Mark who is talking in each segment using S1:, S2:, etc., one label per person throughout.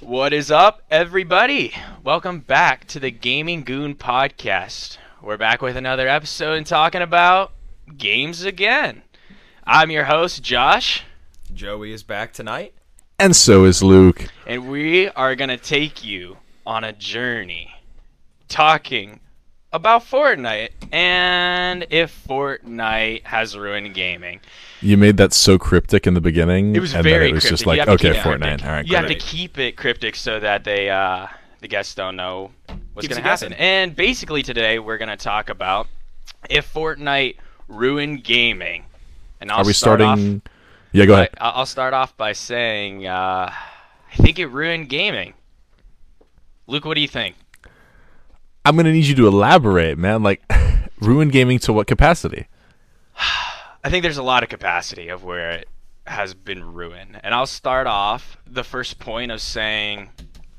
S1: What is up, everybody? Welcome back to the Gaming Goon Podcast. We're back with another episode and talking about games again. I'm your host, Josh,
S2: Joey is back tonight.
S3: And so is Luke.
S1: and we are going to take you on a journey talking about Fortnite and if Fortnite has ruined gaming.
S3: You made that so cryptic in the beginning.
S1: It was
S3: and
S1: very
S3: then it was
S1: cryptic.
S3: just
S1: You
S3: like,
S1: have to
S3: okay,
S1: keep it
S3: Fortnite.
S1: cryptic.
S3: All right,
S1: you have
S3: great.
S1: to keep it cryptic so that they uh, the guests don't know what's going
S2: Keeps you
S1: to happen.
S2: guessing.
S1: And basically today we're going to talk about if Fortnite ruined gaming. And I'll
S3: Are we
S1: start off-
S3: starting? Yeah, go ahead.
S1: I, I'll start off by saying uh, I think it ruined gaming. Luke, what do you think?
S3: I'm gonna need you to elaborate, man. Like, ruin gaming to what capacity?
S1: I think there's a lot of capacity of where it has been ruined. And I'll start off the first point of saying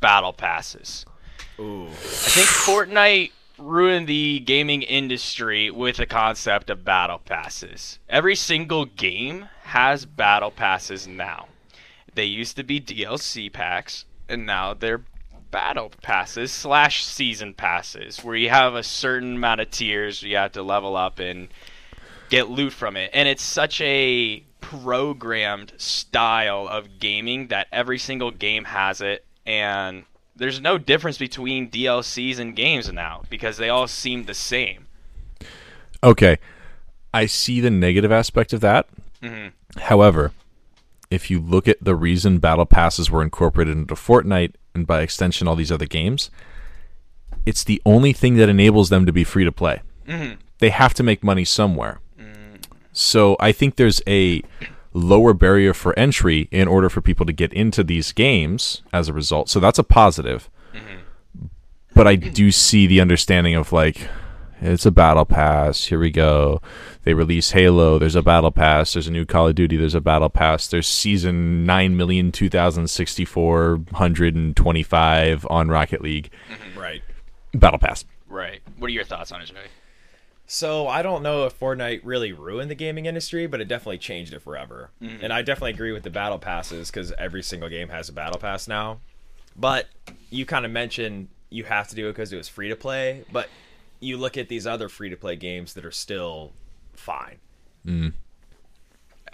S1: battle passes.
S2: Ooh.
S1: I think Fortnite ruined the gaming industry with the concept of battle passes. Every single game has battle passes now. They used to be DLC packs, and now they're battle passes slash season passes, where you have a certain amount of tiers you have to level up and get loot from it. And it's such a programmed style of gaming that every single game has it. And there's no difference between DLCs and games now because they all seem the same.
S3: Okay, I see the negative aspect of that. However, if you look at the reason battle passes were incorporated into Fortnite and by extension all these other games, it's the only thing that enables them to be free to play. They have to make money somewhere. So I think there's a lower barrier for entry in order for people to get into these games as a result. So that's a positive. But I do see the understanding of like, it's a battle pass. Here we go. They release Halo. There's a battle pass. There's a new Call of Duty. There's a battle pass. There's season 9,2064,125 on Rocket League.
S2: Right.
S3: Battle pass.
S1: Right. What are your thoughts on it, Joey?
S2: So I don't know if Fortnite really ruined the gaming industry, but it definitely changed it forever. And I definitely agree with the battle passes because every single game has a battle pass now. But you kind of mentioned you have to do it because it was free to play, but you look at these other free to play games that are still fine.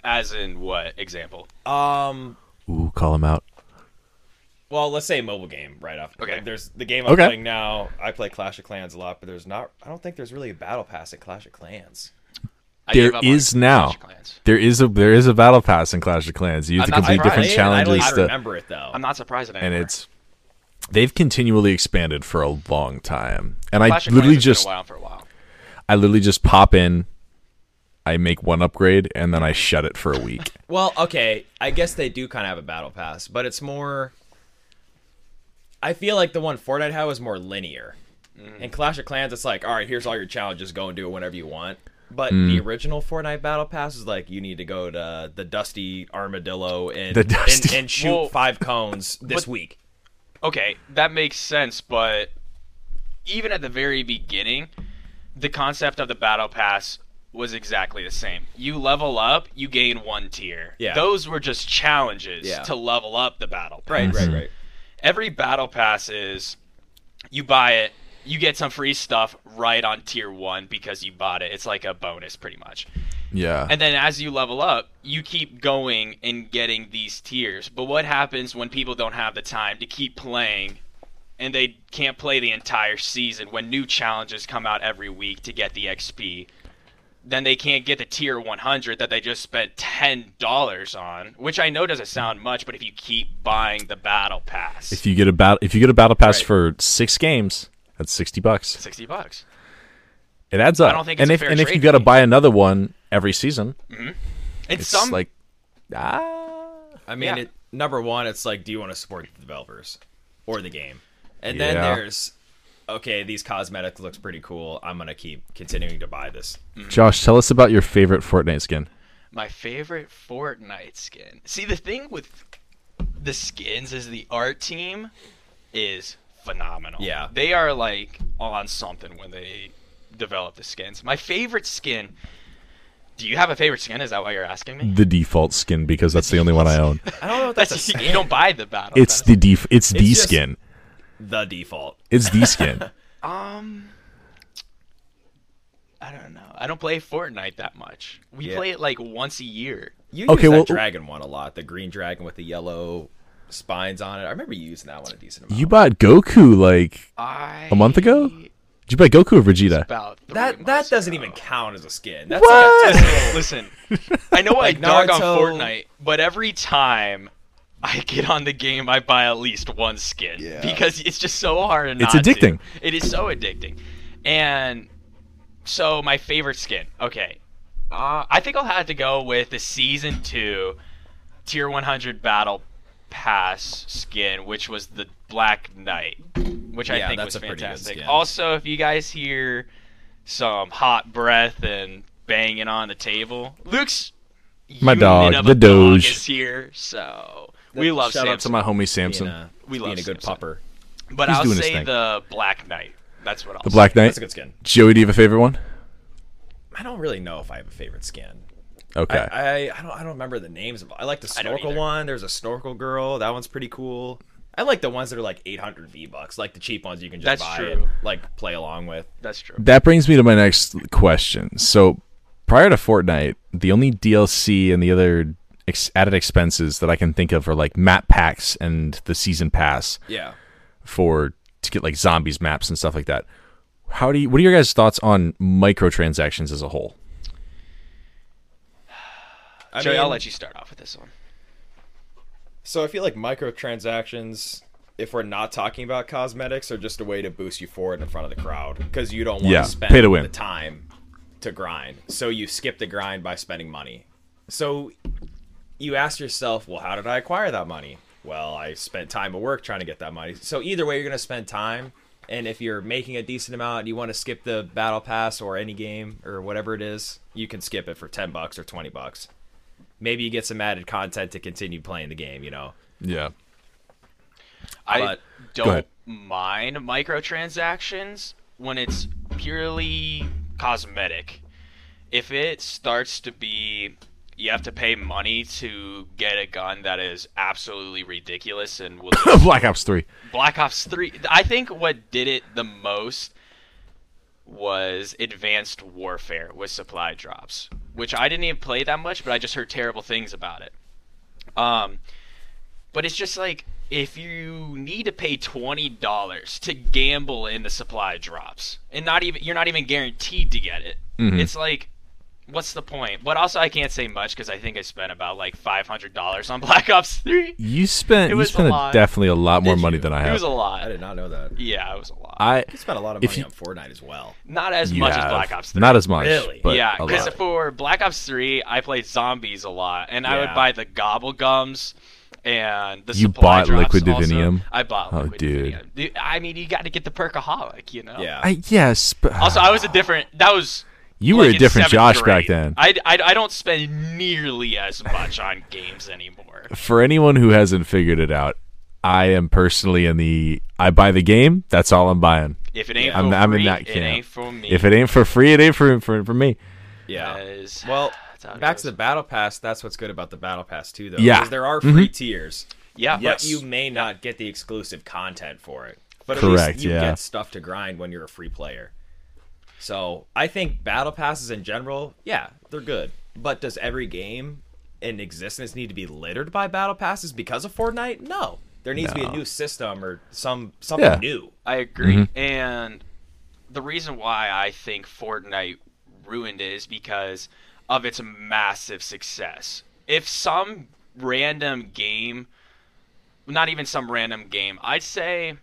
S1: As in what example?
S2: Um,
S3: Ooh, call him out.
S2: well, let's say mobile game right off.
S1: Okay.
S2: Like, there's the game I'm
S3: Okay.
S2: playing now. I play Clash of Clans a lot, but there's not. I don't think there's really a battle pass at Clash of Clans.
S1: I
S3: There
S1: gave up on
S3: is
S1: Clash
S3: now.
S1: Clans.
S3: There is a there is a battle pass in Clash of Clans. You have
S1: I'm
S3: to
S1: not
S3: complete
S1: surprised.
S3: different
S2: I don't
S3: challenges.
S2: even
S3: to-
S2: remember it though.
S1: I'm not surprised at
S3: and it's they've continually expanded for a long time. And
S1: Clash
S3: I
S1: of
S3: literally
S1: Clans has
S3: just
S1: been a while for a while.
S3: I literally just pop in, I make one upgrade, and then I shut it for a week.
S2: Well, okay, I guess they do kind of have a battle pass, but it's more. I feel like the one Fortnite had was more linear.
S1: Mm.
S2: In Clash of Clans, it's like, all right, here's all your challenges. Go and do it whenever you want. But
S3: Mm.
S2: the original Fortnite battle pass is like, you need to go to the Dusty Armadillo and
S3: The Dusty-
S2: and, and shoot
S1: Well,
S2: five cones this
S1: but-
S2: week.
S1: okay, that makes sense, but even at the very beginning, the concept of the battle pass was exactly the same. You level up, you gain one tier.
S2: Yeah.
S1: Those were just challenges
S2: Yeah.
S1: to level up the battle pass.
S3: Mm.
S2: Right, right, right.
S1: Every battle pass is you buy it, you get some free stuff right on tier 1 because you bought it. It's like a bonus pretty much.
S3: yeah.
S1: And then as you level up, you keep going and getting these tiers. But what happens when people don't have the time to keep playing and they can't play the entire season when new challenges come out every week to get the XP? Then they can't get the tier 100 that they just spent $10 on, which I know doesn't sound much, but if you keep buying the battle pass,
S3: if you get a battle, if you get a battle pass
S2: Right.
S3: for six games, that's sixty bucks.
S1: 60 bucks.
S3: It adds up.
S1: don't think it's
S3: and
S1: a
S3: if
S1: fair
S3: and if
S1: trade
S3: you got to
S1: for me.
S3: buy another one every season,
S1: And
S3: it's
S1: some
S3: like ah.
S2: I mean,
S1: Yeah.
S2: it, number one, it's like, do you want to support the developers or the game? And then
S3: Yeah.
S2: there's, okay, these cosmetics looks pretty cool. I'm gonna keep continuing to buy this.
S1: Mm.
S3: Josh, tell us about your favorite Fortnite skin.
S1: My favorite Fortnite skin. See, the thing with the skins is the art team is phenomenal.
S2: Yeah.
S1: They are like on something when they develop the skins. My favorite skin Do you have a favorite skin? Is that why you're asking me?
S3: The default skin because that's the only one I own.
S2: I don't know if Mm. that's a
S1: That's,
S2: skin.
S1: you don't buy the battle.
S3: It's
S1: pass.
S3: the def- It's the
S2: just-
S3: skin.
S2: the default.
S3: It's the skin.
S1: um. I don't know. I don't play Fortnite that much. We
S2: Yeah.
S1: play it like once a year.
S2: You
S3: Okay,
S2: okay, use
S3: well-
S2: that dragon one a lot. The green dragon with the yellow spines on it. I remember you using that one a decent amount.
S3: You bought Goku like.
S1: I
S3: A month ago? Did you buy Goku or Vegeta?
S1: About three
S2: that that
S1: months
S2: doesn't
S1: ago.
S2: even count as a skin. That's
S3: What?
S2: Like a,
S1: Listen, I know
S2: Like
S1: I dog on
S2: Naruto.
S1: Fortnite, but every time I get on the game, I buy at least one skin
S4: Yeah.
S1: because it's just so hard. to
S3: It's
S1: not to.
S3: addicting.
S1: It is so addicting, and so my favorite skin. Okay, uh, I think I'll have to go with the season two tier 100 battle pass skin, which was the Black Knight, which I
S2: Yeah,
S1: think
S2: that's
S1: was
S2: a pretty good
S1: fantastic.
S2: skin.
S1: Also, if you guys hear some hot breath and banging on the table, Luke's
S3: My
S1: unit
S3: dog,
S1: of
S3: the
S1: a dog
S3: Doge.
S1: is here, so we love
S2: shout
S1: Samson.
S2: out to
S3: homie
S2: being a,
S1: We love
S2: being a good
S1: Samson.
S2: pupper.
S1: but
S3: He's
S1: I'll
S3: doing his
S1: say
S3: thing.
S1: the Black Knight. That's what I'll
S3: The Black Knight.
S2: That's a good skin.
S3: Joey, do you have a favorite one?
S2: I don't really know if I have a favorite skin.
S3: Okay.
S2: I, I, I don't I don't remember the names. Of, I like the
S1: I don't
S2: snorkel
S1: either.
S2: one. There's a snorkel girl. That one's pretty cool. I like the ones that are like 800 V bucks, like the cheap ones you can just
S1: That's
S2: buy
S1: true.
S2: and like play along with.
S1: That's true.
S3: that brings me to my next question. So, prior to Fortnite, the only DLC and the other ex- added expenses that I can think of are like map packs and the season pass
S2: Yeah.
S3: for to get like zombies maps and stuff like that. How do you? What are your guys' thoughts on microtransactions as a whole?
S2: I
S1: Joey,
S2: mean,
S1: I'll let you start off with this one.
S2: So I feel like microtransactions, if we're not talking about cosmetics, are just a way to boost you forward in front of the crowd because you don't want
S3: Yeah,
S2: to spend
S3: pay to win.
S2: the time to grind. So you skip the grind by spending money. So you ask yourself, well, how did I acquire that money? Well, I spent time at work trying to get that money. So either way, you're going to spend time. And if you're making a decent amount and you want to skip the battle pass or any game or whatever it is, you can skip it for 10 bucks or 20 bucks. Maybe you get some added content to continue playing the game, you know.
S3: Yeah.
S1: I
S2: But-
S3: ahead.
S1: don't mind microtransactions when it's purely cosmetic. If it starts to be you have to pay money to get a gun that is absolutely ridiculous and will
S3: Black Ops Three.
S1: Black Ops 3 I think what did it the most was Advanced Warfare with supply drops, which I didn't even play that much, but I just heard terrible things about it. Um, but it's just like if you need to pay twenty dollars to gamble in the supply drops, and not even you're not even guaranteed to get it.
S3: Mm-hmm.
S1: It's like, what's the point? But also, I can't say much because I think I spent about like five hundred dollars on Black Ops Three.
S3: You spent
S1: It
S3: you
S1: was a
S3: spent a
S1: lot.
S3: definitely a lot more money than I
S1: It was
S3: have.
S1: a lot.
S2: I did not know that.
S1: Yeah, it was a lot.
S3: I
S2: You spent a lot of
S3: If
S2: money
S3: you-
S2: on Fortnite as well.
S1: Not as
S3: you
S1: much
S3: have.
S1: as Black Ops 3.
S3: Not as much.
S2: Really?
S3: But
S1: yeah,
S3: a
S1: because
S3: lot.
S1: for Black Ops 3, I played zombies a lot, and I would
S2: Yeah.
S1: buy the gobble gums and the
S3: You
S1: supply
S3: bought
S1: drops
S3: Liquid
S1: also.
S3: Divinium?
S1: I bought.
S3: Oh,
S1: Liquid
S3: dude.
S1: Divinium. dude. I mean, you got to get the perkaholic, you know.
S2: Yeah.
S3: I, yes. But,
S1: uh, Also, I was a different. That was.
S3: You were
S1: like,
S3: a
S1: in
S3: different
S1: seventh
S3: Josh back
S1: grade.
S3: then.
S1: I, I, I don't spend nearly as much on games anymore.
S3: for anyone who hasn't figured it out, I am personally in the I buy the game. That's all I'm buying.
S1: If it ain't
S3: I'm-
S1: for
S3: I'm in
S1: free,
S3: that
S1: it
S3: camp.
S1: ain't for me.
S3: If it ain't for free, it ain't for for, for me.
S2: Yeah.
S1: Because-
S2: Well,
S1: that's how it
S2: back to
S1: goes.
S2: the battle pass. That's what's good about the battle pass too, though.
S3: Yeah. Mm-hmm.
S2: 'cause there are free tiers,
S1: yeah,
S2: but you may not get the exclusive content for it. But at
S3: Correct,
S2: least you
S3: yeah.
S2: get stuff to grind when you're a free player. So I think battle passes in general, yeah, they're good. But does every game in existence need to be littered by battle passes because of Fortnite? No. There needs to be a new system or some something
S3: Yeah.
S2: new.
S1: I agree. And the reason why I think Fortnite ruined it is because of its massive success. If some random game, not even some random game, I'd say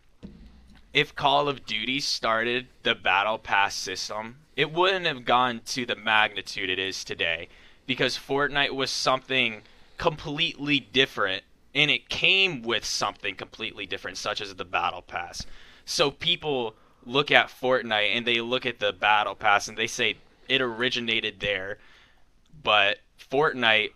S1: if Call of Duty started the Battle Pass system, it wouldn't have gone to the magnitude it is today because Fortnite was something completely different and it came with something completely different, such as the Battle Pass. So people look at Fortnite and they look at the Battle Pass and they say it originated there, but Fortnite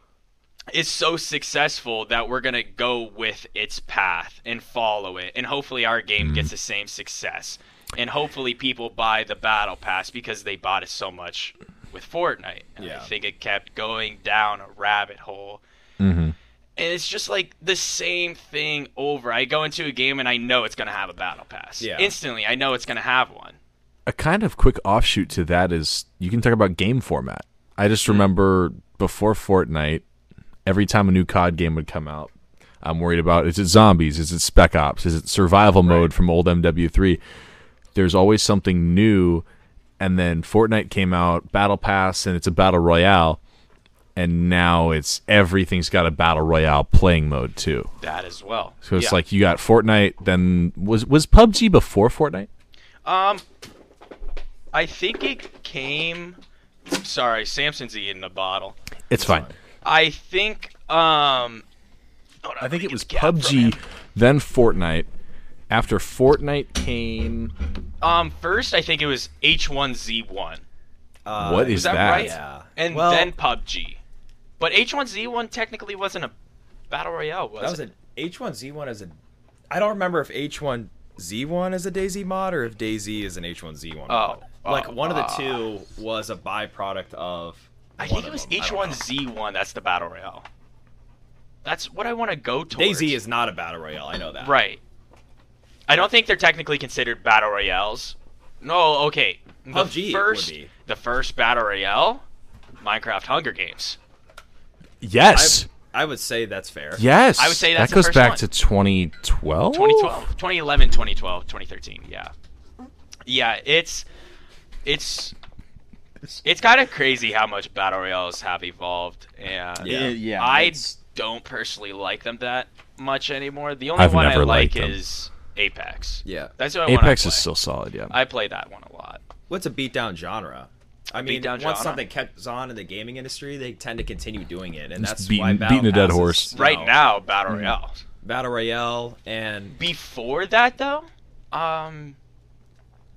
S1: is so successful that we're gonna go with its path and follow it, and hopefully our game gets the same success, and hopefully people buy the battle pass because they bought it so much with Fortnite. And I
S2: Yeah.
S1: think it kept going down a rabbit hole.
S3: Mhm.
S1: And it's just like the same thing over. I go into a game and I know it's going to have a battle pass.
S2: Yeah.
S1: Instantly, I know it's going to have one.
S3: a kind of quick offshoot to that is you can talk about game format. I just remember before Fortnite, every time a new COD game would come out, I'm worried about is it zombies? Is it spec ops? Is it survival mode from old MW3? There's always something new. And then Fortnite came out, Battle Pass, and it's a battle royale. And now it's everything's got a battle royale playing mode too.
S1: That as well.
S3: So it's
S1: Yeah.
S3: like you got Fortnite, then was was PUBG before Fortnite?
S1: Um, I think it came. Sorry, Samson's eating a bottle.
S3: It's fine.
S1: I think. Um, hold on,
S3: I
S1: let
S3: think
S1: me
S3: it
S1: get
S3: was
S1: the cap from
S3: PUBG,
S1: him.
S3: then Fortnite. After Fortnite came,
S1: Um, first I think it was H1Z1.
S2: Uh,
S3: what is
S1: that
S3: that?
S1: right?
S2: Yeah.
S1: and
S2: Well-
S1: then PUBG. But H1Z1 technically wasn't a battle royale, was,
S2: That was
S1: it?
S2: a H1Z1 as a. I don't remember if H1Z1 is a Daisy mod or if Daisy is an H1Z1. mod.
S1: Oh,
S2: like
S1: oh,
S2: one of the
S1: ah.
S2: two was a byproduct of.
S1: I
S2: one
S1: think it
S2: of
S1: was
S2: them. I don't know.
S1: H1Z1. That's the battle royale. That's what I want to go towards.
S2: Daisy is not a battle royale. I know that.
S1: right. I don't think they're technically considered battle royales. No, okay. The
S2: PUBG would
S1: first,
S2: be.
S1: the first battle royale, Minecraft Hunger Games.
S2: I,
S3: Yes,
S2: I would say that's fair.
S3: yes.
S1: I would say that's
S3: that
S1: the
S3: goes
S1: first
S3: back
S1: one.
S3: to 2012.
S1: 2012 2011 2012 2013 yeah yeah it's it's it's kind of crazy how much battle royales have evolved and
S2: Yeah.
S4: yeah,
S1: i
S4: that's-
S1: don't personally like them that much anymore the only
S3: I've
S1: one i
S3: never
S1: like
S3: liked them.
S1: is apex
S2: Yeah.
S1: that's what I wanna
S3: Apex
S1: play.
S3: is still solid. Yeah,
S1: i play that one a lot
S2: What's a beatdown genre? I mean,
S1: Beatdown
S2: once
S1: genre?
S2: something catches on in the gaming industry, they tend to continue doing it, and
S3: Just
S2: that's why
S3: beating-
S2: battle
S3: beating a dead
S2: passes,
S3: horse.
S2: you
S1: right
S2: know, Mm-hmm.
S1: now battle royales
S2: battle royale, and
S1: before that though um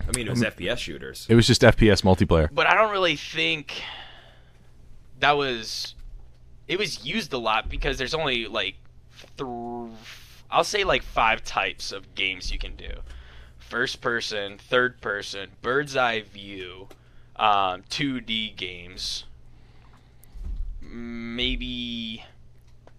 S2: I mean, it
S3: Um,
S2: was FPS shooters.
S3: it was just FPS multiplayer.
S1: but I don't really think that was it was used a lot because there's only like th- I'll say like five types of games you can do. First person, third person, bird's eye view, um, 2D games. Maybe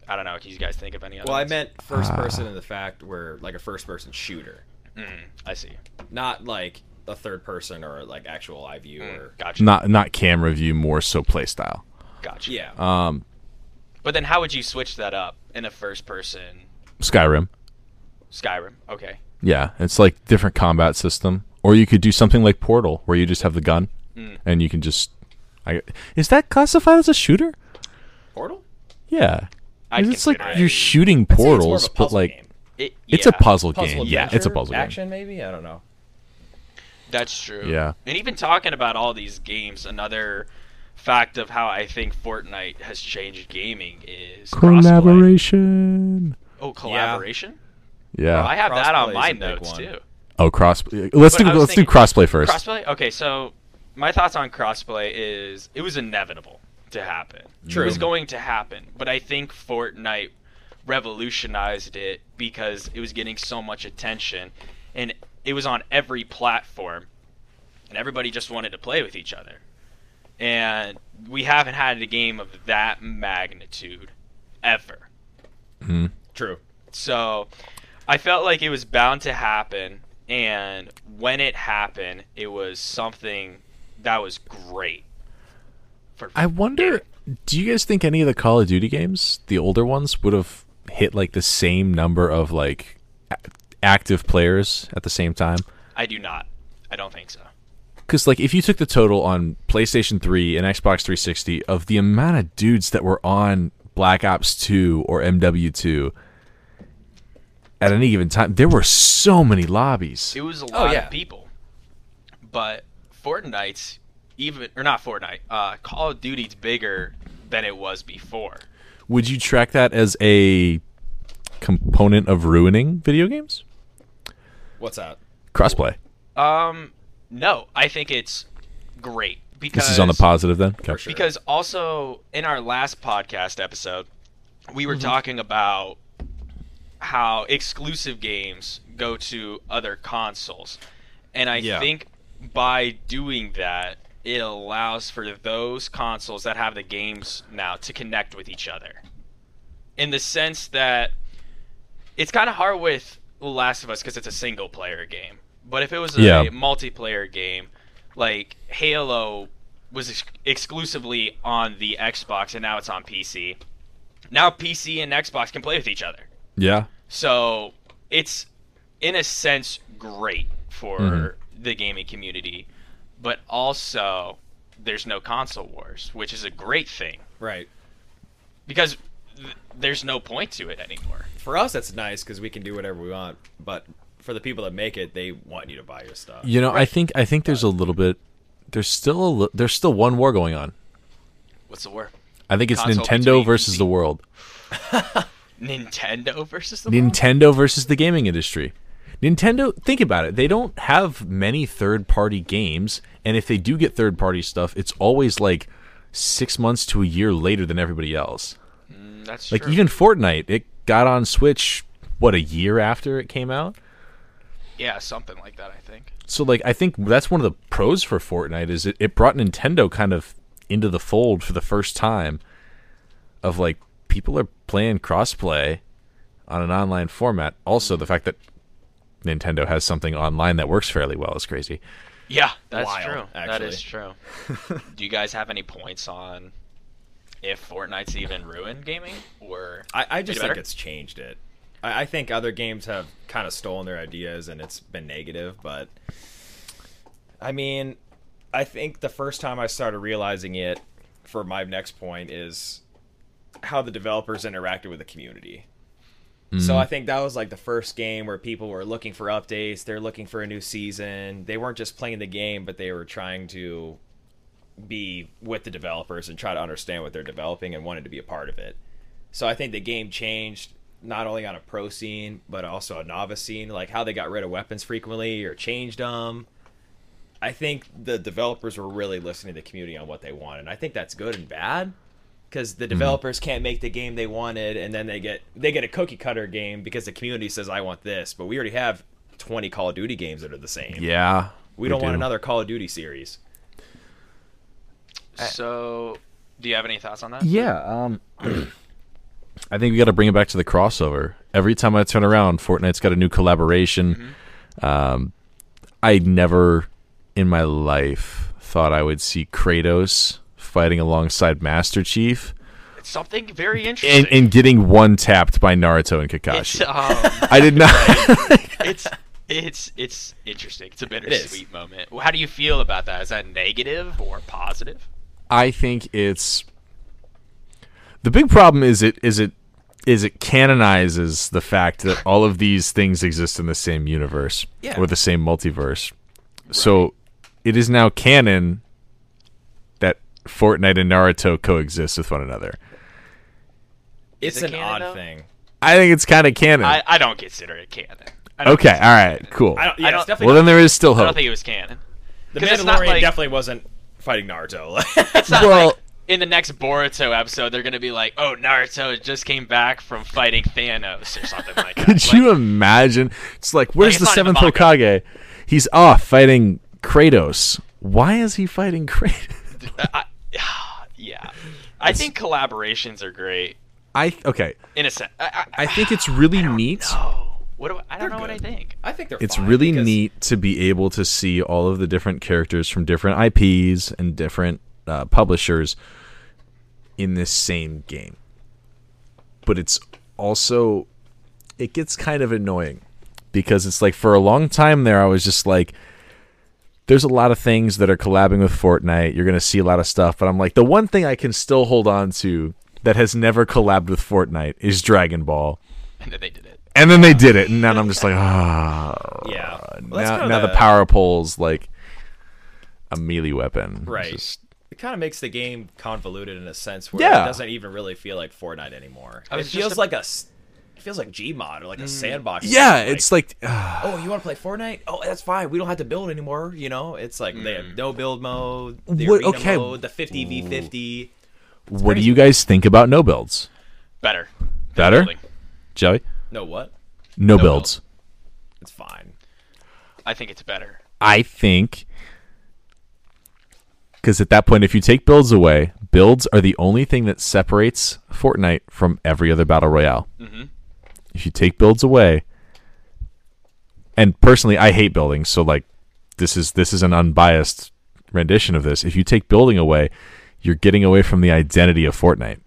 S1: I don't know. Can you guys think of any other?
S2: Well, I
S1: ones?
S2: meant first
S3: Ah.
S2: person in the fact where like a first person shooter,
S1: Mm, I see.
S2: not like a third person or like actual eye view or
S1: Gotcha.
S3: Not not camera view, more so playstyle.
S1: gotcha.
S2: yeah.
S3: Um,
S1: But then, how would you switch that up in a first person
S3: Skyrim.
S1: Skyrim? Okay.
S3: Yeah, it's like different combat system, or you could do something like Portal, where you just have the gun,
S1: Hmm.
S3: and you can just. I, is that classified as a shooter?
S2: Portal?
S3: Yeah,
S1: I'd
S3: it's like
S1: consider it.
S3: you're shooting
S2: I'd say it's more of a
S3: portals, but
S2: puzzle
S3: like
S2: game.
S1: It,
S3: it's
S1: yeah.
S3: a puzzle,
S2: puzzle
S3: game. Yeah, it's a
S2: adventure,
S3: puzzle game.
S2: action maybe. I don't know.
S1: That's true.
S3: Yeah.
S1: And even talking about all these games, another fact of how I think Fortnite has changed gaming is crossplay.
S3: Collaboration.
S1: Oh, collaboration.
S3: Yeah.
S1: I have that on
S2: Crossplay
S1: my
S2: is a big
S1: notes
S2: one.
S1: too.
S3: oh, cross. Let's
S1: But
S3: do
S1: I was
S3: let's do
S1: thinking-
S3: crossplay first.
S1: Crossplay. Okay, so my thoughts on crossplay is it was inevitable to happen.
S2: True.
S1: It was going to happen, but I think Fortnite revolutionized it because it was getting so much attention and it was on every platform and everybody just wanted to play with each other. And we haven't had a game of that magnitude ever.
S2: True.
S1: So I felt like it was bound to happen. And when it happened, it was something that was great. For
S3: I wonder. Do you guys think any of the Call of Duty games, the older ones, would have hit like the same number of like a- active players at the same time?
S1: I do not. I don't think so.
S3: Because like if you took the total on PlayStation 3 and Xbox 360 of the amount of dudes that were on Black Ops 2 or MW2 at any given time, there were so many lobbies.
S1: It was a lot
S2: yeah.
S1: of people. But Fortnite's even or not Fortnite, uh, Call of Duty's bigger than it was before.
S3: Would you track that as a component of ruining video games?
S2: What's that?
S3: Crossplay.
S1: Um, no, I think it's great because
S3: This is on the positive then. Okay.
S2: sure.
S1: Because also in our last podcast episode, we were talking about how exclusive games go to other consoles. And I
S3: Yeah.
S1: think by doing that, it allows for those consoles that have the games now to connect with each other. In the sense that it's kind of hard with The Last of Us because it's a single player game. But if it was a
S3: Yeah.
S1: multiplayer game, like Halo was ex- exclusively on the Xbox and now it's on PC. Now PC and Xbox can play with each other.
S3: Yeah.
S1: So it's in a sense great for
S3: Mhm.
S1: the gaming community, but also there's no console wars, which is a great thing
S2: Right.
S1: because th- there's no point to it anymore.
S2: For us, that's nice because we can do whatever we want. But for the people that make it, they want you to buy your stuff.
S3: You know, I think I think there's a little bit. There's still a li- there's still one war going on.
S1: What's the word?
S3: I think it's
S1: Console
S3: Nintendo
S1: between
S3: versus
S1: PC.
S3: the world.
S1: Nintendo versus the world?
S3: Nintendo versus the gaming industry. Nintendo, think about it. They don't have many third party games, and if they do get third party stuff, it's always like six months to a year later than everybody else.
S1: Mm, That's
S3: Like
S1: true.
S3: even Fortnite, it got on Switch what a year after it came out.
S1: yeah, something like that. I think.
S3: So like I think that's one of the pros for Fortnite is it, it brought Nintendo kind of into the fold for the first time of like people are playing crossplay on an online format. Also the fact that Nintendo has something online that works fairly well is crazy.
S1: Yeah, that's
S2: Wild,
S1: true. That is true.
S2: actually.
S1: Do you guys have any points on if Fortnite's even ruined gaming or
S2: I, I
S1: Any
S2: just think
S1: better?
S2: it's changed it. I, I think other games have kind of stolen their ideas and it's been negative, but I mean, I think the first time I started realizing it for my next point is how the developers interacted with the community. So I think that was like the first game where people were looking for updates, they're looking for a new season. They weren't just playing the game, but they were trying to be with the developers and try to understand what they're developing and wanted to be a part of it. So I think the game changed not only on a pro scene but also a novice scene, like how they got rid of weapons frequently or changed them. I think the developers were really listening to the community on what they wanted. And I think that's good and bad because
S3: Mm-hmm.
S2: the developers can't make the game they wanted, and then they get they get a cookie cutter game because the community says I want this, but we already have twenty Call of Duty games that are the same.
S3: Yeah.
S2: we don't want
S3: do.
S2: another Call of Duty series.
S1: so? Do you have any thoughts on that?
S3: Yeah, um I think we got to bring it back to the crossover. Every time I turn around, Fortnite's got a new collaboration. Um
S1: Mm-hmm.
S3: I never in my life thought I would see Kratos fighting alongside Master Chief
S1: It's something very interesting.
S3: and, and getting one tapped by Naruto and
S1: it's
S3: Kakashi.
S1: um,
S3: I did not
S1: it's it's it's interesting. It's a
S2: is.
S1: bittersweet moment. Well, How do you feel about that? Is that negative or positive?
S3: I think it's the big problem is it is it is it canonizes the fact that all of these things exist in the same universe
S2: Yeah.
S3: or the same multiverse. So it is now canon that Fortnite and Naruto coexist with one another.
S1: Is
S2: It's
S1: it
S2: an
S1: canon,
S2: odd
S1: though?
S2: thing.
S3: I think it's kind of canon.
S1: I, I don't consider it canon. I don't
S3: okay, all
S1: consider it
S3: right,
S1: canon.
S3: cool.
S2: I don't.
S1: I
S2: Yeah,
S1: don't-
S2: it's definitely
S3: Well, then there is still
S1: I don't
S3: hope.
S1: think it was canon.
S2: The
S1: 'Cause it's not
S2: Mandalorian
S1: like-
S2: definitely wasn't fighting Naruto.
S1: It's not
S3: Well-
S1: like in the next Boruto episode they're gonna be like, "Oh, Naruto just came back from fighting Thanos or something like that."
S3: Could
S1: Like,
S3: you imagine? It's like, where's
S1: it's
S3: the
S1: not in the
S3: seventh
S1: manga.
S3: Hokage? He's off fighting Kratos. Why is he fighting Kratos?
S1: I, I- yeah, I think collaborations are great
S3: I okay.
S1: in a sense. I, I,
S3: I think it's really neat.
S1: no, what do I, I don't know
S2: They're
S1: what I
S2: good.
S1: think.
S2: I think they're.
S3: It's
S2: fine
S3: really
S2: because-
S3: neat to be able to see all of the different characters from different IPs and different uh, publishers in this same game. But it's also it gets kind of annoying because it's like for a long time there I was just like there's a lot of things that are collabing with Fortnite. You're going to see a lot of stuff, but I'm like the one thing I can still hold on to that has never collabed with Fortnite is Dragon Ball.
S1: And then they did it.
S3: And then they did it, and then I'm just like, ah.
S2: Yeah. Well, that's
S3: now,
S2: kinda
S3: now the power pole's like a melee weapon. It's
S2: Right.
S3: just-
S2: It kind of makes the game convoluted in a sense where
S3: Yeah.
S2: it doesn't even really feel like Fortnite anymore.
S1: I
S2: It
S1: was just
S2: feels
S1: a- Mm.
S2: like a. s- It feels like Gmod or like a sandbox. or
S3: yeah,
S2: something,
S3: it's like ah,
S2: oh, you want to play Fortnite? Oh, that's fine. We don't have to build anymore. You know, it's like they
S1: Mm.
S2: have no build mode, the
S3: What-
S2: arena
S3: okay.
S2: mode, the fifty v fifty.
S3: what do you guys think about no builds?
S1: Better.
S3: Better?
S1: Totally.
S3: Joey?
S2: No, what?
S3: No, builds.
S1: builds.
S2: It's fine.
S1: I think it's better.
S3: I think Because at that point, if you take builds away, builds are the only thing that separates Fortnite from every other battle royale.
S1: Mm-hmm.
S3: If you take builds away, and personally, I hate building, so like this is this is an unbiased rendition of this. If you take building away, you're getting away from the identity of Fortnite.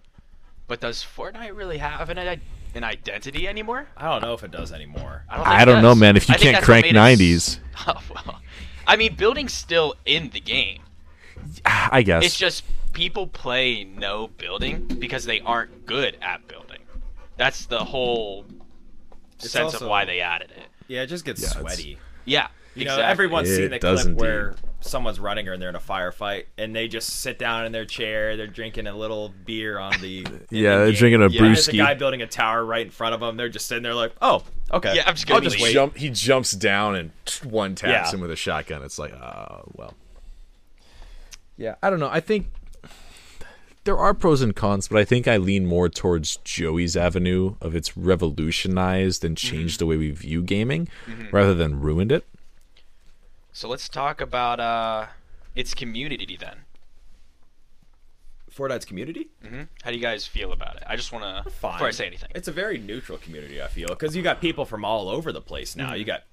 S1: But does Fortnite really have an i- an identity anymore?
S2: I don't know if it does anymore.
S1: I don't, think
S3: I
S1: it
S3: don't know,
S1: does.
S3: man. If you
S1: Oh I think
S3: can't
S1: that's what
S3: crank
S1: made it s-
S3: 90s,
S1: Oh, well, I mean, building's still in the game.
S3: I guess
S1: It's just people play no building because they aren't good at building. That's the whole
S2: It's
S1: sense
S2: also-
S1: of why they added it.
S2: Yeah, it just gets
S3: Yeah, it's-
S2: sweaty.
S1: Yeah.
S2: You
S1: exactly.
S2: know, everyone's
S3: It
S2: seen the
S3: does
S2: clip where someone's running or they're in a firefight and they just sit down in their chair, they're drinking a little beer on the in the
S3: Yeah, they're
S2: game.
S3: drinking a
S2: yeah. There's a
S3: brewski.
S2: guy building a tower right in front of them. They're just sitting there like, oh, okay.
S1: Yeah, I'm just
S2: I'll
S1: gonna leave.
S2: wait.
S3: jump. He jumps down and t- one taps
S2: Yeah.
S3: him with a shotgun. It's like, uh, well. Yeah, I don't know. I think there are pros and cons, but I think I lean more towards Joey's avenue of it's revolutionized and changed the way we view gaming, rather than ruined it.
S1: So let's talk about uh, its community then.
S2: Fortnite's community?
S1: How do you guys feel about it? I just want to
S2: Fine.
S1: before I say anything.
S2: It's a very neutral community, I feel, because you got people from all over the place now. You got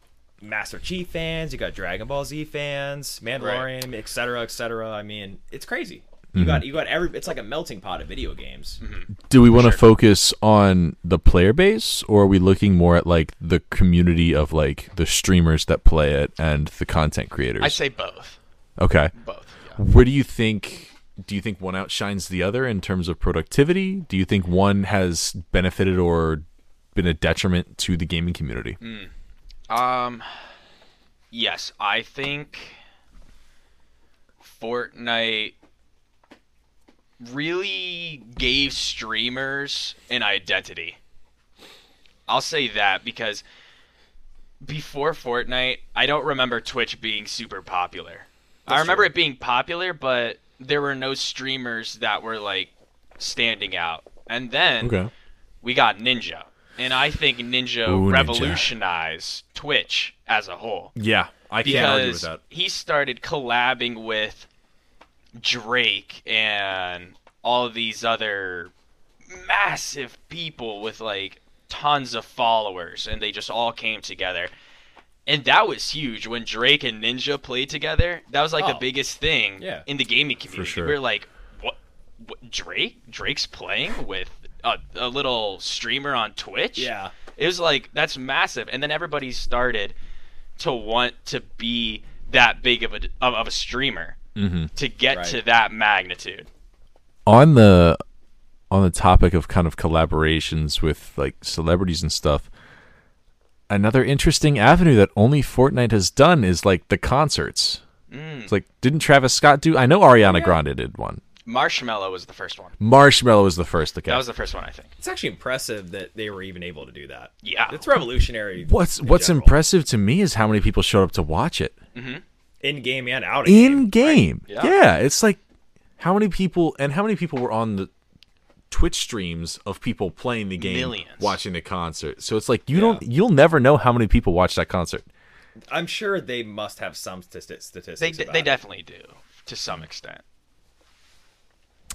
S2: Master Chief fans, you got Dragon Ball Z fans, Mandalorian, et cetera, et cetera. I mean, it's crazy. You
S3: Mm-hmm.
S2: got you got every. It's like a melting pot of video games.
S3: Do we want to focus on the player base, or are we looking more at like the community of like the streamers that play it and the content creators?
S1: I say both.
S3: okay.
S1: Both. Yeah.
S3: Where do you think do you think one outshines the other in terms of productivity? Do you think one has benefited or been a detriment to the gaming community?
S1: Um, yes, I think Fortnite really gave streamers an identity. I'll say that because before Fortnite, I don't remember Twitch being super popular. I remember it being popular, but there were no streamers that were like standing out. And then
S3: Okay.
S1: we got Ninja. And I think Ninja
S3: Ooh, Ninja.
S1: revolutionized Twitch as a whole.
S3: Yeah, I
S1: Because he started collabing with Drake and all these other massive people with like tons of followers and they just all came together. And that was huge when Drake and Ninja played together. That was like the
S2: Oh.
S1: biggest thing
S2: Yeah.
S1: in the gaming community.
S3: sure.
S1: We were like, what? what Drake? Drake's playing with a, a little streamer on Twitch?
S2: Yeah.
S1: It was like, that's massive. And then everybody started to want to be that big of a, of, of a streamer to get
S2: Right.
S1: to that magnitude.
S3: On the on the topic of kind of collaborations with like celebrities and stuff, another interesting avenue that only Fortnite has done is like the concerts. It's like didn't Travis Scott do? I know Ariana Grande did one.
S1: Marshmallow was the first one.
S3: Marshmallow was the first. Okay.
S1: That was the first one, I think.
S2: It's actually impressive that they were even able to do that.
S1: Yeah.
S2: it's revolutionary.
S3: What's
S2: in
S3: what's
S2: general.
S3: impressive to me is how many people showed up to watch it.
S2: in game and out of
S3: in
S2: game.
S3: game.
S1: Yeah.
S3: Yeah. it's like how many people and how many people were on the Twitch streams of people playing the game,
S1: Millions.
S3: watching the concert. So it's like you don't you'll never know how many people watch that concert.
S2: I'm sure they must have some stati- statistics.
S1: They, d-
S2: about
S1: they
S2: it.
S1: definitely do to some extent.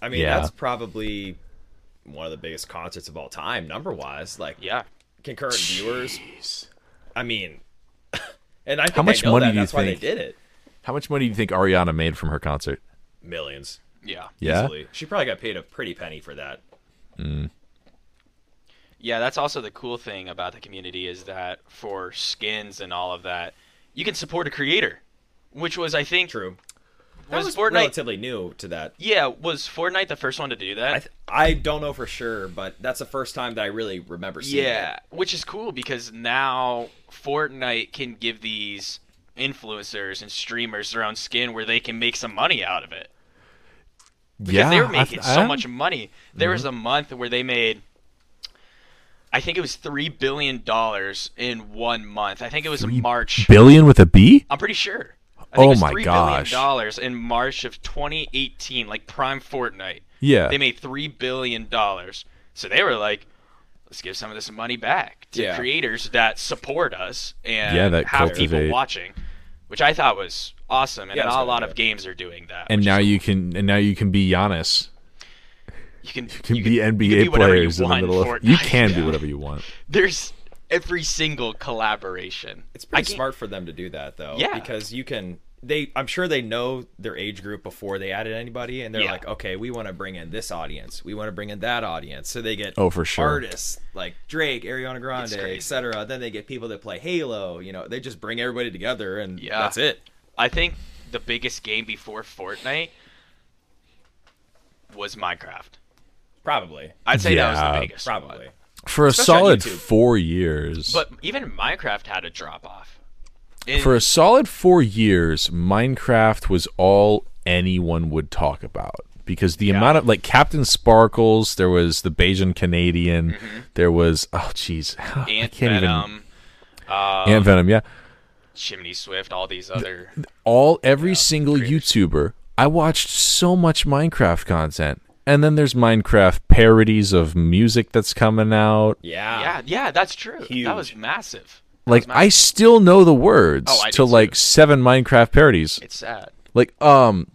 S2: I mean,
S3: Yeah.
S2: that's probably one of the biggest concerts of all time, number wise. Like
S1: Yeah.
S2: concurrent viewers. I mean, and I think
S3: How much
S2: they know
S3: money
S2: that,
S3: do you
S2: that's why they
S3: think-
S2: did it.
S3: How much money do you think Ariana made from her concert?
S2: Millions.
S1: Yeah.
S3: Yeah.
S2: Easily. She probably got paid a pretty penny for that.
S1: Yeah, that's also the cool thing about the community is that for skins and all of that, you can support a creator, which was I think
S2: True.
S1: was,
S2: That was
S1: Fortnite.
S2: relatively new to that.
S1: Yeah, was Fortnite the first one to do that?
S2: I th- I don't know for sure, but that's the first time that I really remember seeing
S1: yeah,
S2: it.
S1: which is cool because now Fortnite can give these influencers and streamers their own skin where they can make some money out of it. because
S3: yeah,
S1: they were
S3: I-
S1: making
S3: I- Mm-hmm.
S1: so much money. There was a month where they made, I think it was three billion dollars in one month. I think it was March.
S3: billion with a B.
S1: I'm pretty sure. I
S3: Oh
S1: think it was
S3: my
S1: $3 billion
S3: gosh.
S1: dollars in March of 2018, like prime Fortnite.
S3: Yeah,
S1: They made three billion dollars. So they were like, let's give some of this money back to
S2: Yeah.
S1: creators that support us and
S3: Yeah, that
S1: have people
S3: cultivate-
S1: watching. which I thought was awesome, and
S2: Yeah, it's
S1: not a
S2: really
S1: lot
S2: good.
S1: of games are doing that.
S3: and
S1: which
S3: now
S1: is-
S3: you can and now you can be Giannis.
S1: you can,
S3: Can
S1: you
S3: be
S1: can-
S3: NBA
S1: you can be whatever you
S3: players in the
S1: want in
S3: middle of.
S1: Fortnite.
S3: You can be
S1: Yeah.
S3: whatever you want.
S1: There's every single collaboration.
S2: It's
S1: I
S2: pretty
S1: can't-
S2: smart for them to do that though.
S1: Yeah.
S2: Because you can they I'm sure they know their age group before they added anybody and they're
S1: Yeah.
S2: like, okay, we want to bring in this audience. We want to bring in that audience. So they get
S3: Oh, for sure.
S2: artists like Drake, Ariana Grande,
S1: It's crazy.
S2: etc. Then they get people that play Halo, you know, they just bring everybody together and
S1: Yeah.
S2: that's it.
S1: I think the biggest game before Fortnite was Minecraft.
S2: Probably.
S1: I'd say that was
S3: Yeah,
S1: the biggest. one.
S2: Probably.
S3: For a
S2: Especially on
S3: solid
S2: YouTube.
S3: four years.
S1: But even Minecraft had a drop off.
S3: for a solid four years, Minecraft was all anyone would talk about because the amount of like Captain Sparkles, there was the Bajan Canadian, there was oh jeez, I
S1: Mm-hmm. Ant
S3: can't even
S1: Venom,
S3: Ant Venom, yeah,
S1: um, Chimney Swift, all these other.
S3: all every single YouTuber. I watched so much Minecraft content, and then there's Minecraft parodies of music that's coming out.
S2: Yeah.
S1: yeah, yeah, that's true. That was
S2: Huge.
S1: massive.
S3: ah. Like I still know the words
S1: Oh, I do
S3: to
S1: too.
S3: like seven Minecraft parodies.
S1: It's sad.
S3: like um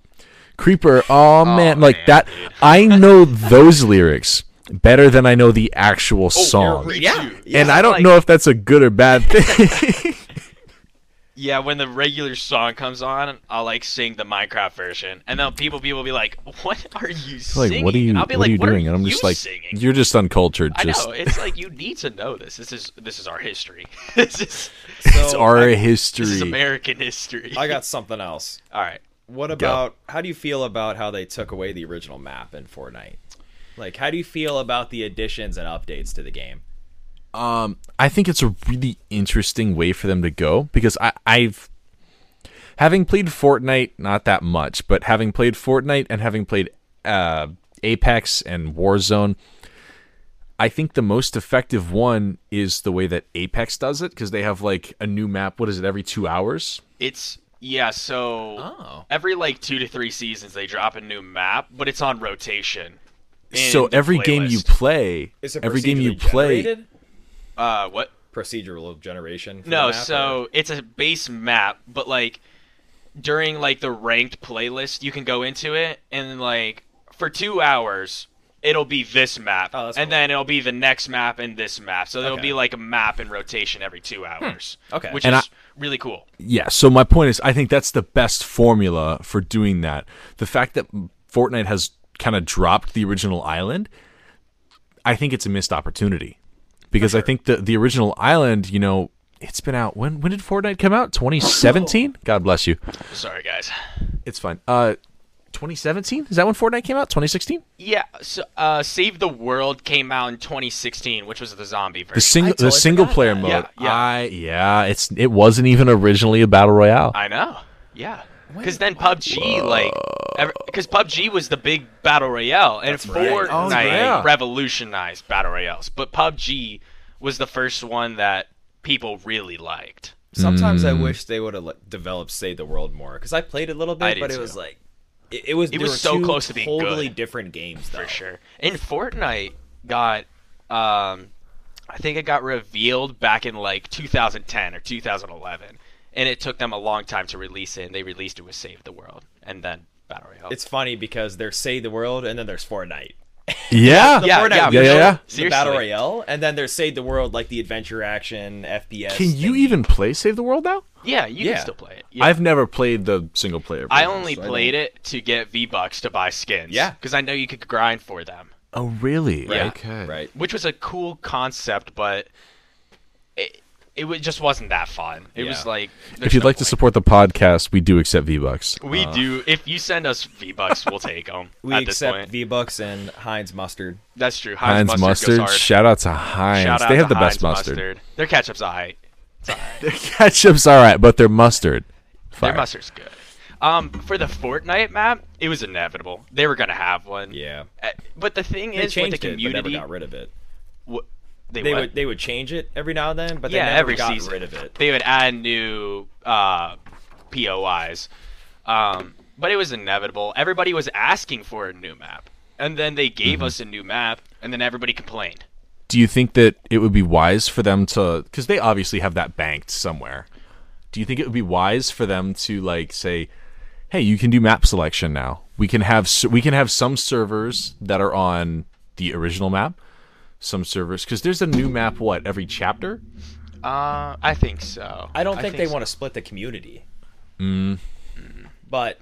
S3: creeper oh, man like
S1: man,
S3: that
S1: dude.
S3: i know those lyrics better than i know the
S1: Oh,
S3: actual song
S1: Me
S2: Yeah.
S1: too.
S3: and i don't
S1: like-
S3: know if that's a good or bad thing
S1: Yeah, when the regular song comes on, I'll like sing the Minecraft version, and then people people will be like, "What are you
S3: like
S1: singing?"
S3: what are you
S1: And I'll be like,
S3: what are you
S1: "What
S3: doing and i'm
S1: you
S3: just like
S1: singing?"
S3: you're just uncultured
S1: I
S3: just
S1: know. It's like you need to know this. This is this is our history. this is
S3: it's
S2: So,
S3: our
S2: I,
S1: Oh, this is
S3: history
S1: American history.
S2: I got something else.
S1: all right.
S2: What about how do you feel about how they took away the original map in Fortnite? Like how do you feel about the additions and updates to the game?
S3: um i think it's a really interesting way for them to go because i i've having played fortnite not that much but having played fortnite and having played uh apex and warzone I think the most effective one is the way that Apex does it because they have like a new map. What is it every two hours?
S1: It's yeah, so
S2: Oh.
S1: every like two to three seasons they drop a new map, but it's on rotation. in
S3: so
S1: the
S3: every game you
S1: playlist.
S3: play,
S2: Is it
S3: every game you
S2: procedurally
S3: play,
S2: generated?
S1: uh what?
S2: procedural generation. for
S1: No,
S2: the map,
S1: so
S2: or-
S1: it's a base map, but like during like the ranked playlist, you can go into it and like for two hours it'll be this map,
S2: Oh, that's
S1: and
S2: cool.
S1: then it'll be the next map and this map. So there'll
S2: Okay. Hmm.
S1: be like a map in rotation every two hours.
S2: Okay.
S1: which
S3: And
S1: is really cool.
S3: Yeah, so my point is I think that's the best formula for doing that. The fact that Fortnite has kind of dropped the original island, I think it's a missed opportunity. Because I think the the original island, you know, it's been out when when did Fortnite come out? 2017? Oh. God bless you.
S1: Sorry, guys.
S3: It's fine. Uh 2017? Is that when Fortnite came out? 2016?
S1: Yeah, so, uh, Save the World came out in 2016, which was the zombie version.
S3: The single
S2: totally
S3: the single
S2: forgot
S3: player
S2: that.
S3: mode.
S1: Yeah, yeah.
S3: I yeah, it's it wasn't even originally a battle royale.
S1: I know. Yeah. Because then PUBG, like, because PUBG was the big battle royale, and Fortnite
S3: Oh, yeah.
S1: revolutionized battle royales. But PUBG was the first one that people really liked.
S2: sometimes
S3: Mm.
S2: I wish they would have like, developed Save the World more because I played a little
S1: I
S2: bit,
S1: did
S2: but it
S1: too.
S2: was like it, it was
S1: It was
S2: they were
S1: so
S2: two
S1: close to being
S2: totally
S1: good.
S2: different games though.
S1: for sure. And Fortnite got, um, I think it got revealed back in like 2010 or 2011, and it took them a long time to release it. And they released it with Save the World, and then Battle Royale.
S2: It's funny because there's Save the World and then there's Fortnite.
S3: yeah.
S1: Yeah,
S2: Fortnite
S1: yeah,
S2: was
S3: yeah, yeah, yeah.
S2: The battle
S1: Seriously.
S2: royale, and then there's Save the World like the adventure action FPS.
S3: Can you
S2: thingy.
S3: even play Save the World now?
S1: yeah, you
S2: Yeah.
S1: can still play it. Yeah.
S3: I've never played the single player.
S1: I
S3: version,
S1: only
S3: so
S1: played it to get V Bucks to buy skins.
S2: Yeah.
S1: because I know you could grind for them,
S3: don't- Oh, really?
S1: Yeah.
S3: Okay.
S2: right?
S1: which was a cool concept, but it it wa- just wasn't that fun. It was
S2: Yeah.
S1: like
S3: If you'd like to Uh. support the podcast, we do accept V Bucks.
S1: we do. If you send us V Bucks, we'll take them.
S2: We
S1: at this
S2: accept
S1: point.
S2: V Bucks and Heinz mustard.
S1: That's true.
S3: Heinz
S1: Heinz,
S3: mustard.
S1: mustard. goes hard.
S3: Shout out to Heinz.
S1: Shout out
S3: they
S1: to
S3: have the
S1: Heinz
S3: best mustard.
S1: Their ketchup's alright.
S3: Their ketchup's all right, but their mustard.
S1: Their
S3: Fire.
S1: mustard's good. Um, for the Fortnite map, it was inevitable. They were gonna have one.
S2: Yeah,
S1: Uh, But the thing
S2: they
S1: is, with the
S2: changed it, but
S1: community,
S2: never got rid of it.
S1: wh- they,
S2: They
S1: what?
S2: would they would change it every now and then, but they
S1: yeah,
S2: never
S1: every
S2: got
S1: season
S2: rid of it.
S1: they would add new uh, POIs. Um, but it was inevitable. Everybody was asking for a new map, and then they gave
S2: Mm-hmm.
S1: us a new map, and then everybody complained.
S3: Do you think that it would be wise for them to? Because they obviously have that banked somewhere. do you think it would be wise for them to like say, "Hey, you can do map selection now. We can have s- we can have some servers that are on the original map, some servers because there's a new map what every chapter.
S1: Uh, I think so.
S2: I don't think, they
S1: so.
S2: want to split the community.
S3: Mm.
S2: Mm-hmm. But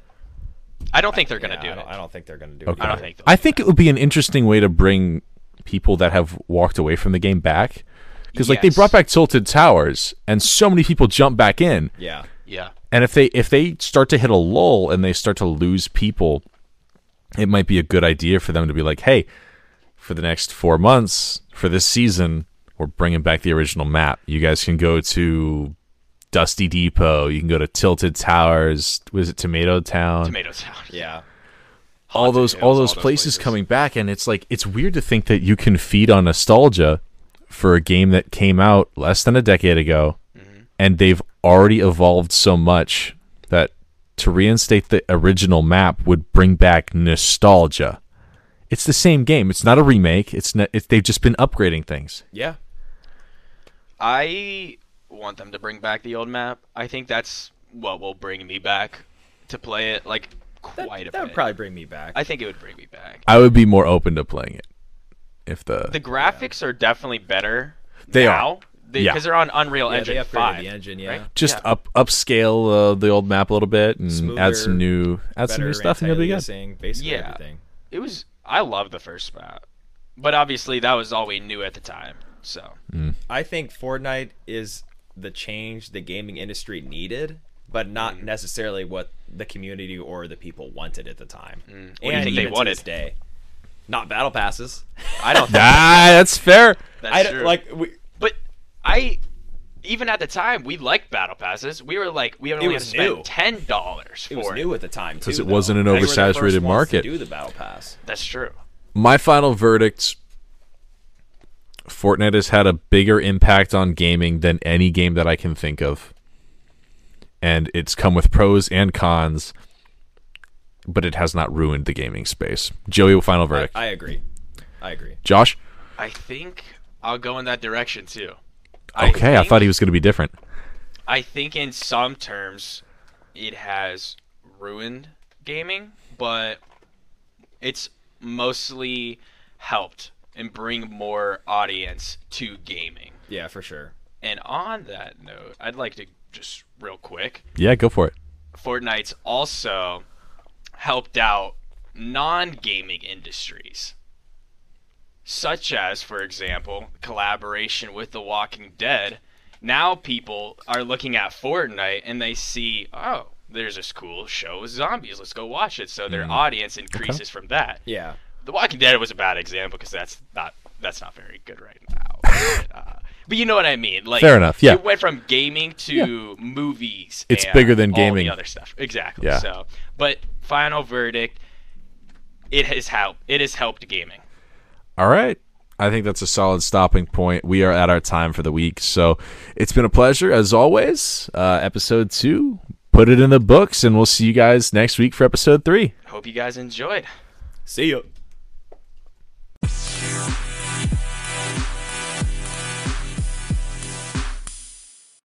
S1: I don't think they're gonna
S2: yeah,
S1: do
S2: I,
S1: it.
S2: don't, I don't think they're gonna do
S1: I
S2: it.
S1: don't think. they'll
S3: I think it would be an interesting way to bring people that have walked away from the game back. Because like they
S1: Yes.
S3: brought back Tilted Towers, and so many people jumped back in.
S2: Yeah.
S1: Yeah.
S3: And if they if they start to hit a lull and they start to lose people, it might be a good idea for them to be like, "Hey, for the next 4 months for this season, we're bringing back the original map. You guys can go to Dusty Depot, you can go to Tilted Towers, was it Tomato Town?
S1: Tomato Town.
S2: Yeah.
S3: all those all those,
S1: all those
S3: places,
S1: places.
S3: coming back and it's like it's weird to think that you can feed on nostalgia for a game that came out less than a decade ago and they've already evolved so much that to reinstate the original map would bring back nostalgia it's the same game it's not a remake it's not it's, they've just been upgrading things
S2: Yeah.
S1: I want them to bring back the old map. I think that's what will bring me back to play it like
S2: That,
S1: quite a
S2: that
S1: bit.
S2: would probably bring me back.
S1: I think it would bring me back.
S3: i would be more open to playing it if the,
S1: The graphics are definitely better.
S3: They are.
S1: now. They,
S3: Yeah.
S1: Because they're on Unreal
S2: yeah,
S1: Engine
S2: they upgraded
S1: 5.
S2: the engine. Yeah.
S1: right?
S3: just
S1: yeah.
S3: up upscale uh, the old map a little bit and add
S2: Smoother,
S3: some new add some new
S2: Better
S3: stuff and you'll be good
S2: anti-aliasing, Basically
S1: Yeah.
S2: everything.
S1: It was. I love the first map. But obviously, that was all we knew at the time. So.
S2: I think Fortnite is the change the gaming industry needed, but not
S1: Mm-hmm.
S2: necessarily what the community or the people wanted at the time. And
S1: Mm. do you think they
S2: even to
S1: wanted?
S2: this day, not battle passes.
S1: I don't think
S3: ah that's fair
S1: that's
S2: I
S1: true.
S2: don't- like we,
S1: But I, even at the time, we liked battle passes. We were like, we only had to
S2: was
S1: spend
S2: new.
S1: ten dollars for
S2: it was new at the time because
S3: it wasn't an oversaturated market.
S2: do the battle pass?
S1: That's true.
S3: my final verdict Fortnite has had a bigger impact on gaming than any game that I can think of. And it's come with pros and cons, but it has not ruined the gaming space. Joey, final
S2: I,
S3: verdict.
S2: I agree. I agree.
S3: Josh?
S1: I think I'll go in that direction too.
S3: Okay, I,
S1: think-
S3: thought he was going to be different.
S1: I think in some terms, it has ruined gaming, but it's mostly helped and bring more audience to gaming.
S2: Yeah, for sure.
S1: And on that note, I'd like to just real quick
S3: Yeah, go for it.
S1: Fortnite's also helped out non gaming industries, such as, for example, collaboration with The Walking Dead. Now people are looking at Fortnite and they see, oh, there's this cool show with zombies. Let's go watch it. So their audience increases from that.
S2: Yeah.
S1: The Walking Dead was a bad example because that's not that's not very good right now. but, uh, but you know what I mean. Like
S3: Fair enough, yeah.
S1: it went from gaming to movies.
S3: It's
S1: and
S3: bigger than
S1: all the
S3: gaming.
S1: other stuff exactly.
S3: Yeah.
S1: So, but final verdict, it has helped. It has helped gaming.
S3: All right. I think that's a solid stopping point. We are at our time for the week. So it's been a pleasure, as always. Uh, episode two, put it in the books, and we'll see you guys next week for episode three.
S1: Hope you guys enjoyed.
S2: See you.